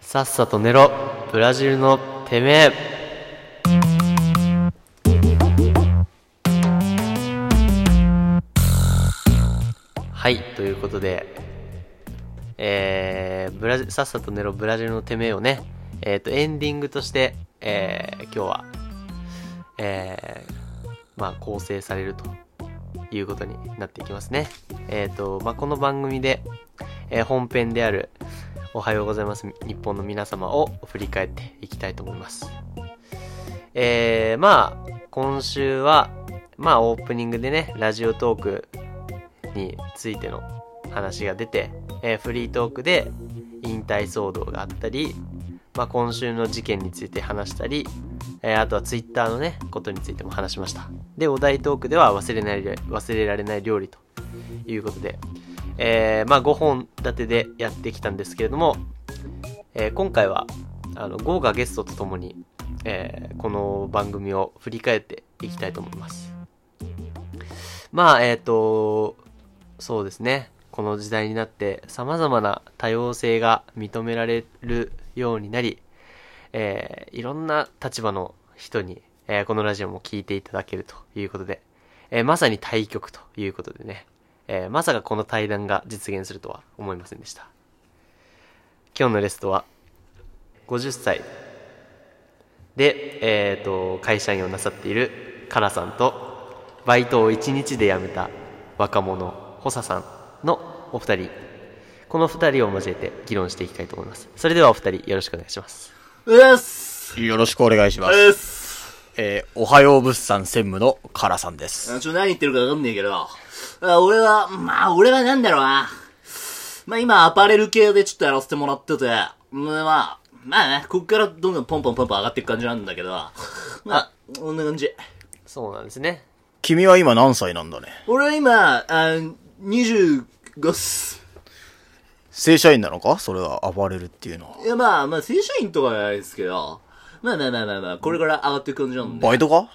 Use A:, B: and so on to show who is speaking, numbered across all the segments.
A: さっさと寝ろブラジルのてめえはいということでえー、ブラジさっさと寝ろブラジルのてめえをねえっ、とエンディングとしてえー、今日はえー、まあ構成されるということになっていきますねえっ、とまあこの番組で、えー本編であるおはようございます日本の皆様を振り返っていきたいと思いますえー、まあ今週はまあオープニングでねラジオトークについての話が出て、えーフリートークで引退騒動があったり、まあ、今週の事件について話したり、えーあとはツイッターのねことについても話しましたでお題トークでは忘れない忘れられない料理ということで、えーまあ、5本立てでやってきたんですけれども、えー今回はあの豪華ゲストとともに、えーこの番組を振り返っていきたいと思いますまあえっ、とそうですねこの時代になってさまざまな多様性が認められるようになり、えーいろんな立場の人に、えーこのラジオも聞いていただけるということで、えーまさに対局ということでね、えーまさかこの対談が実現するとは思いませんでした今日のレストは50歳で、えー、と会社員をなさっているカラさんとバイトを1日で辞めた若者ホサさんのお二人この二人を交えて議論していきたいと思いますそれではお二人よろしくお願いします
B: うっす
C: よろしくお願いします。
B: うっす
C: えーおはよう物産専務のカラさんです。
B: ちょ、何言ってるかわかんねえけど、あ俺は、まあ、俺はなんだろうな。まあ今、アパレル系でちょっとやらせてもらってて、まあまあ、まあね、こっからどんどんポンポンポンポン上がっていく感じなんだけど、まあ、こんな感じ。
A: そうなんですね
C: 君は今何歳なんだね
B: 俺は今、あ25っす。
C: 正社員なのかそれは暴れるっていうのは。
B: いや、まあまあ、正社員とかはないですけど、まあまあまあまあまあ、これから上がっていく感じなんで。
C: バイトか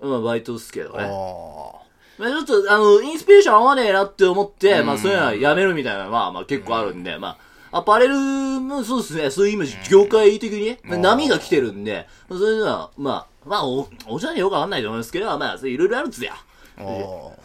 B: まあ、バイトっすけど
C: あ
B: ね。
C: あ。
B: まあ、ちょっと、あの、インスピレーション合わねえなって思って、まあ、そういうのはやめるみたいなのは、まあ、結構あるんで、まあ、アパレルもそうですね、そういう今、業界的に、まあ、波が来てるんで、まあ、そういうのは、まあ、まあ、お、おじゃねよくわかんないと思いますけど、まあ、そういろいろあるっつや。
C: ああ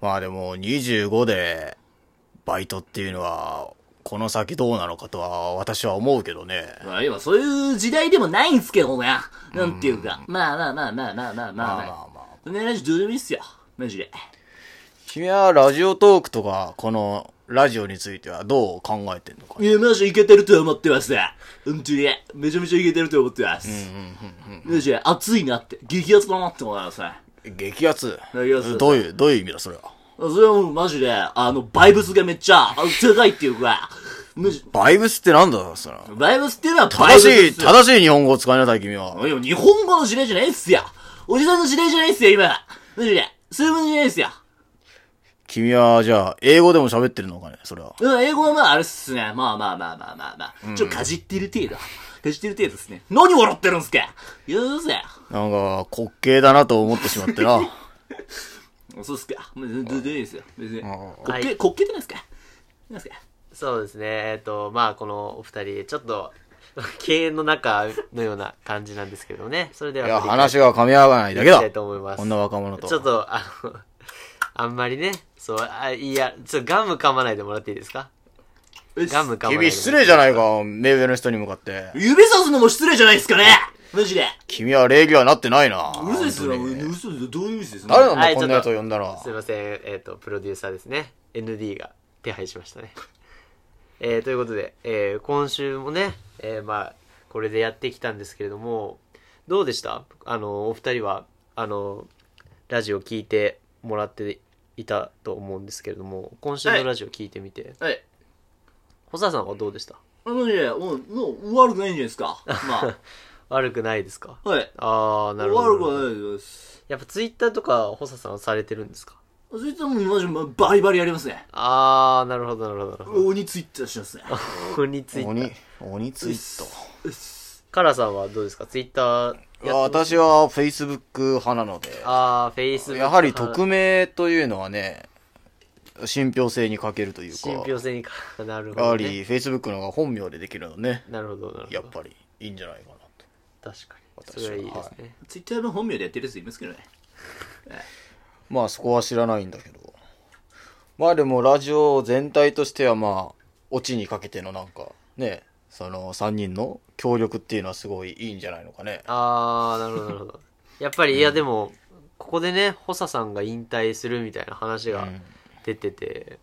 C: まあでも、25で、バイトっていうのは、この先どうなのかとは、私は思うけどね。
B: まあ、今、そういう時代でもないんすけどね。なんていうか。まあまあまあまあまあまあまあ
C: まあ
B: ま
C: ま
B: あ。
C: あまあ。
B: そんな話どうでもいいっすよ。マジで。
C: 君はラジオトークとか、このラジオについてはどう考えてんのか
B: いや、マジいけてると思ってます。本当に。めちゃめちゃいけてると思ってます。マジで、熱いなって、激熱だなって思いますね。
C: 激アツ。
B: 激アツ
C: どういう、どういう意味だ、それは。
B: それはもうマジで、あの、バイブスがめっちゃ、あ高いっていうか、むし
C: バイブスってなんだ、それは。
B: バイブスっていうのはバイ
C: 正
B: ブ
C: し
B: スで
C: い、
B: すよ。
C: 正しい日本語を使いなさい、君は。
B: いや、日本語の事例じゃないっすよ。おじさんの事例じゃないっすよ、今。マジで。そういうものじゃないっすよ。
C: 君は、じゃあ、英語でも喋ってるのかね、それは。
B: うん、英語はまあ、あれっすね。まあまあまあまあまあまあ。ちょ、かじってる程度。かじってる程度っすね。何笑ってるんすかようぜ。
C: なんか、滑稽だなと思ってしまってな。
B: そうっすか。もう全然いいですよ。別に。滑
C: ん
A: はい
B: 稽、滑稽ってないっすかなんすか
A: そうですねえっ、とまあこのお二人ちょっと 経営の中のような感じなんですけどねそれではい
C: や、
A: 振り返
C: 話が噛み合わないだけだ
A: いきたい。と思います
C: こんな若者と。
A: ちょっとあのあんまりねそうあいやちょっとガム噛まないでもらっていいですか
B: うっす
A: ガム噛まないでもらっていい
C: 君
A: です
C: 失礼じゃないか、目上の人に向かって。
B: 指さすのも失礼じゃないっすかねマジで。
C: 君は礼儀はなってないな。
B: うるせえっすよ。
C: 本当に
B: 嘘ですよどういう意味ですよ。
C: 誰なん
A: はい
C: だ、こんなやつを呼んだら。
A: すいません、えっ、と、プロデューサーですね。ND が手配しましたね。 えーということで、えー今週もね、えーまあ、これでやってきたんですけれども、どうでしたあの、お二人は、あの、ラジオ聞いてもらっていたと思うんですけれども、今週のラジオ聞いてみて、
B: はい。
A: 細田さんはどうでした
B: あのね、もう、もう、悪くないんじゃないで すか。ま
A: 悪くないですか
B: あ、はい。
A: あー、なるほ
B: 悪く
A: ど。
B: はないです。
A: やっぱツイッターとか細田さんはされてるんですか
B: そいつはもう、マジ、まあバリバリやりますね。
A: あー、なるほど、なるほどなるほど。
B: 鬼ツイッターしますね。
A: 鬼ツイッター。
C: 鬼、鬼ツイッ
B: うっす。
A: カラさんはどうですかツイッター
C: ター。私は、Facebook 派なので。
A: ああフェイス
C: やはり匿名というのはね、信憑性に欠けるという
A: 信
C: か、
A: 憑性にか。なるほ
C: やは
A: ど、
C: り
A: ね。
C: Facebook の方が本名でできるのね、
A: なるほど、なるほど。
C: やっぱりいいんじゃないかなと。
A: 確か
C: 私
A: に。
C: は
A: それはいいですね。
B: ツイッターの本名でやってるやついますけどね。
C: まあそこは知らないんだけど。まあでもラジオ全体としてはまあ、オチにかけてのなんか、ね、その3人の協力っていうのはすごいいいんじゃないのかね。
A: あー、なるほど、なるほど。やっぱり、いや、でも、ここでね、補佐さんが引退するみたいな話が
C: うん
A: 出てて、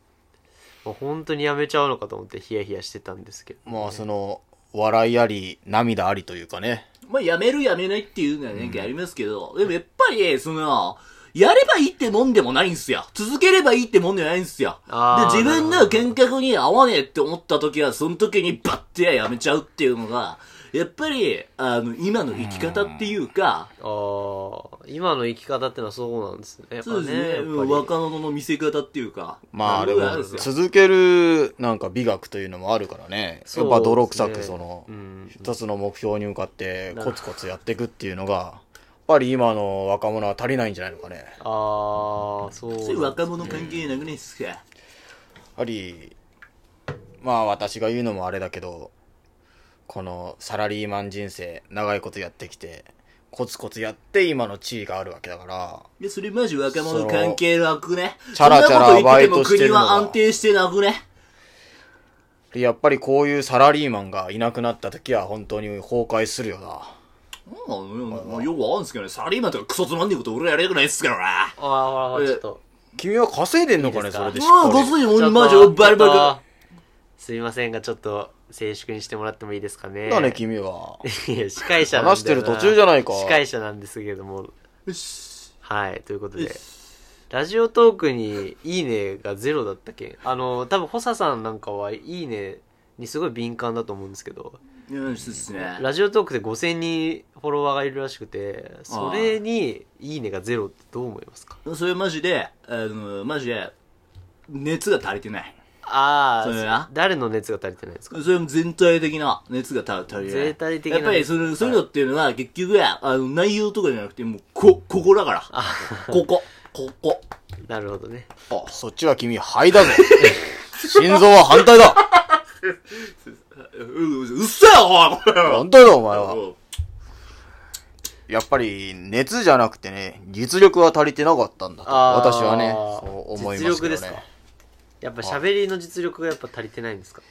A: もう本当にやめちゃうのかと思ってヒヤヒヤしてたんですけど、
C: まあその、笑いあり、涙ありというかね。
B: まあ、やめるやめないっていうのはなんかありますけど、でもやっぱり、その、やればいいってもんでもないんすよ。続ければいいってもんでもないんすよ。で
A: あー、
B: 自分
A: なる
B: の
A: ほど
B: 見覚に合わねえって思った時は、その時にバッてやめちゃうっていうのが、やっぱり、あの、今の生き方っていう
A: ああ、
B: か、
A: 今の生き方ってのはそうなんですね。やっぱ
B: そうですね、
A: やっぱり
B: うん若者の見せ方っていうか。
C: まあ
B: そ
C: で
B: ういう
C: も
B: のがるんですよ
C: 続けるなんか美学というのもあるからね。やっぱ泥臭くその
A: う、ん、
C: 一つの目標に向かってコツコツやっていくっていうのが、やっぱり今の若者は足りないんじゃないのかね。
A: ああ、そうなんですね。
B: そういう若者関係なくないっすか。
C: やはりまあ私が言うのもあれだけどこのサラリーマン人生長いことやってきてコツコツやって今の地位があるわけだから
B: で、それマジ若者関係なくね。
C: チャラチャラ
B: そんなこと言ってて
C: バ
B: も
C: イトして
B: 国
C: るのが
B: は安定してなくね。
C: でやっぱりこういうサラリーマンがいなくなった時は本当に崩壊するよな
B: うん、まあ、よくあるんですけどね、サラリーマンとかクソつまんねえこと俺らやりたくないっすからな。
A: ああ、ほらほら、ちょっと。
C: 君は稼いでんのか
A: いい
C: ね
A: です
C: そ
A: か
C: れでしっ
B: もうご
C: か
B: つ
C: り
A: ち
B: い
A: ょ
B: も
A: っ
B: ん、
A: と
B: マジおバリ
A: ちょ
B: バ
A: っとすいませんが、ちょっと、静粛にしてもらってもいいですかね。
C: だね君は
A: いや、司会者なんだよな
C: 話してる途中じゃないか
A: 司会者なんですけれども。
B: リ。よし。
A: はい、ということ
B: よ
A: で
B: し。
A: ラジオトークに、いいねがゼロだったっけあの、多分、補佐さんなんかは、いいねにすごい敏感だと思うんですけど、
B: よし、そうっすね。
A: ラジオトークで5000人フォロワーがいるらしくて、それに、いいねがゼロってどう思いますか
B: それマジで、あの、マジで、熱が足りてない。
A: あ
B: それ
A: あ
B: な、
A: 誰の熱が足りてないですか
B: それも全体的な熱が足りてない。
A: 全体的な
B: やっぱりその、そういうのっていうのは、結局は、あの、内容とかじゃなくて、もう、こ、ここだから。ここ。ここ。
A: なるほどね。
C: あそっちは君肺だぞ心臓は反 対だ
B: う、ううっせえよ、おいこれは
C: 反対だお前はやっぱり熱じゃなくてね実力は足りてなかったんだと
A: あー
C: 私はねそう思いますけ
A: 実力
C: どね
A: ですかやっぱ喋りの実力がやっぱ足りてないんですか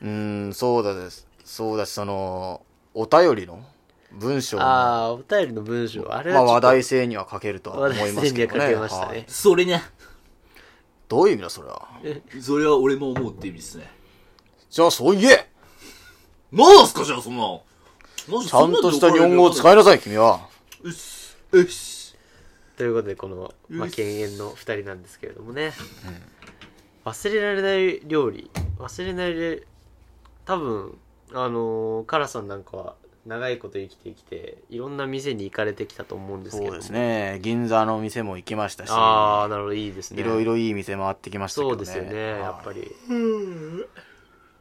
C: うーん、そうだです。そうだし、その、お便りの文章の、まあ、
A: ああ、お便りの文章、あれはちょっと
C: 話題性には欠けるとは
A: 話
C: 思い
A: 題
C: ま
A: 性
C: す
A: に
C: け
A: は
C: ど
A: か
C: ね。
A: けました
C: はい
A: ね。
B: それね。
C: どういう意味だ、それは。
B: それは俺も思うって意味ですね。
C: じゃあ、そう言え
B: なんすかじゃあ、そんなの。
C: ちゃんとした日本語を使いなさい、君は。
B: うっす。うっす。
A: ということで、この、まあ、
B: うっ
A: 犬猿の二人なんですけれどもね。忘れられない料理、忘れないれ、多分、あのーカラさんなんかは、長いこと生きてきて、いろんな店に行かれてきたと思うんですけ
C: そ
A: ど。
C: うです。ね。銀座の店も行きましたし、
A: ああ、なるほど、いいですね。
C: いろい
A: ろ。
C: ろいい店回ってきましたけど
A: そ
C: ね。
A: うですよね、
C: はい
A: やっぱ。り。
C: やっ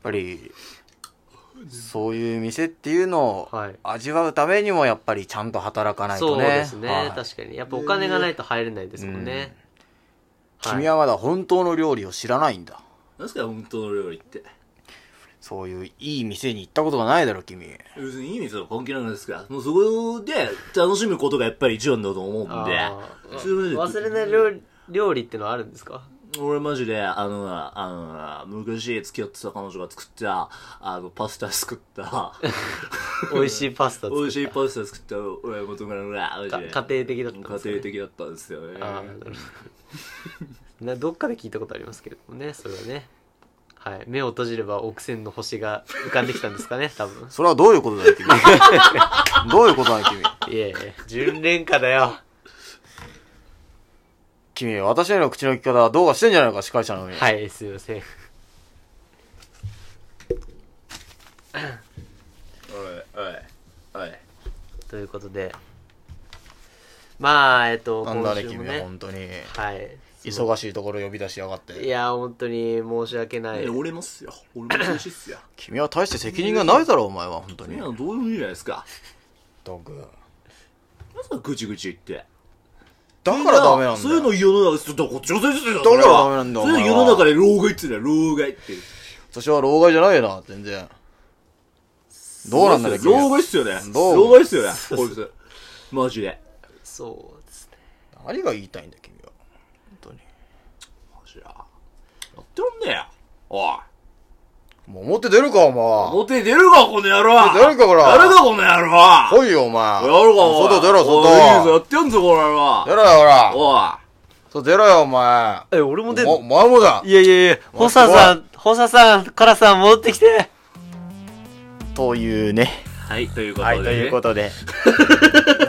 C: ぱり、そういう店っていうのを
A: はい
C: 味わうためにも、やっぱりちゃんと働かない
A: そ
C: と
A: う
C: ね。
A: ですね、
C: はい
A: 確かに。やっぱお金がないと入れないですもんね。
C: 君はまだ本当の料理を知らないんだ。
B: なんすか、本当の料理って。
C: そういういい店に行ったことがないだろ、君。
B: 別にいい店は関係ないんですから。もうそこで楽しむことがやっぱり一番だと思うんで。
A: あー
B: それマジ
A: 忘
B: で
A: れない料理料理ってのはあるんですか
B: 俺マジで、あのな、あのな、昔付き合ってた彼女が作った、あの、パスタ作っ た、
A: 美味しいパスタ
B: 美
A: 作
B: 味
A: っ
B: しいパスタ作った、俺元からのな、マ
A: た
B: ジ
A: か
B: で。
A: 家庭的だったんです
B: 家庭的だったんですよね。
A: ああなるほどなどっかで聞いたことありますけれどもねそれはねはい目を閉じれば億千の星が浮かんできたんです かね多分
C: それはどういうことだ よ、君。どういうことだよ、君。
A: いえいえ純恋歌だよ
C: 君、私への口の利き方はどうかしてんじゃないか、司会者のみ。
A: はいすいません
B: おい、おい、おい。
A: ということでまあえっと
C: なんだね、
A: 今週も
C: 君は、本当に。
A: はい
C: 忙しいところ呼び出しやがっ
A: い
C: て。
A: や本当に申し訳ない
B: え俺もっすよ。俺も美味しいっ すよ。
C: 君は大して責任がないだろ、お前は、本当
B: い
C: に
B: や、。どうでもいいじゃないですか。
C: ドン君。
B: なんすか、ぐちぐち言って。
C: だからダメなんだよ
B: そういうの世の中、ちょっとこっちの先生だよ
C: だからダメなんだ
B: そういうの
C: お前
B: 世
C: は
B: の中で老害っつうんだよ、老害って。
C: 私は老害じゃないよな、全然。どうなんだろう、君
B: 老害っすよね。
C: どう
B: 老害っすよね、こいつ。マジで。
A: そうですね。
C: 何が言いたいんだ、君は。本当に。
B: マジや。やってらんねえよ。おい。
C: もう表出るか、お
B: 表出るか、この野郎
C: 出るかこら
B: 出るか、この野郎
C: 前。来いよ、お前。
B: やるか、おい
C: 外出ろ、
B: おいいいぞ、や
C: 外。
B: ってやんぞ、この野郎
C: 出ろよ、ほら。
B: おい。
C: 外出ろよ、お前。
A: え、俺も出る
C: おお前もだ
A: いやいやいや、
C: わ
A: ホサさん、ホサさん、カラさん戻ってきて。
C: というね。
B: はい、ということ
C: は
B: で、
C: い、
B: ね。
C: ということで。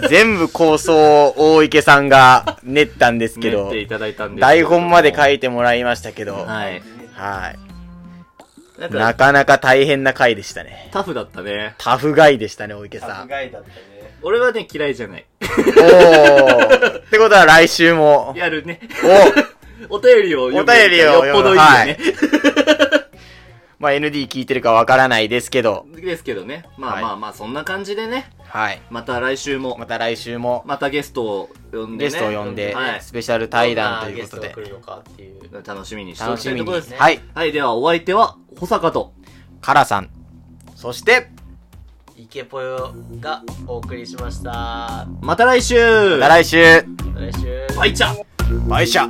C: 全部構想を大池さんが練ったんですけ
B: 練っ
C: ど
B: て、いただいたんですけ
C: 台
B: ど
C: 本まで書いてもらいましたけど、は
B: はい。
C: い。
B: なん
C: な
B: か、
C: かなか大変な回でしたね。
B: タフだったね。
C: タフガイでしたね、大池さ
A: 外
C: ん。
A: だったね。
B: 俺はね、嫌いじゃない。
C: おー。ってことは来週も。
B: やるね。
C: お
B: お便りを読む
C: お便りを読む
B: よっぽどいいよね。
C: まあ ND 聞いてるかわからないですけど。
B: ですけどね。ま
C: は
B: あ
C: い
B: まあまあ、そんな感じでね。
C: はい。
B: また来週も
C: ま、た来週も
B: またゲストを呼んでね。
C: ゲストを呼んで
B: は、い。
C: スペシャル対談ということで
A: ゲ。ストが来るのかっていう。
B: 楽しみにしてお
C: 楽
B: き
C: した
B: い
C: み
B: と
C: に。
B: ころですね。
C: はい。
B: はい、ではお相手は、保坂と。
C: カラさん。そして、
A: イケポヨがお送りしました。
B: また来週
C: また来週、
A: また来週。
B: バイチャ
C: バイシャ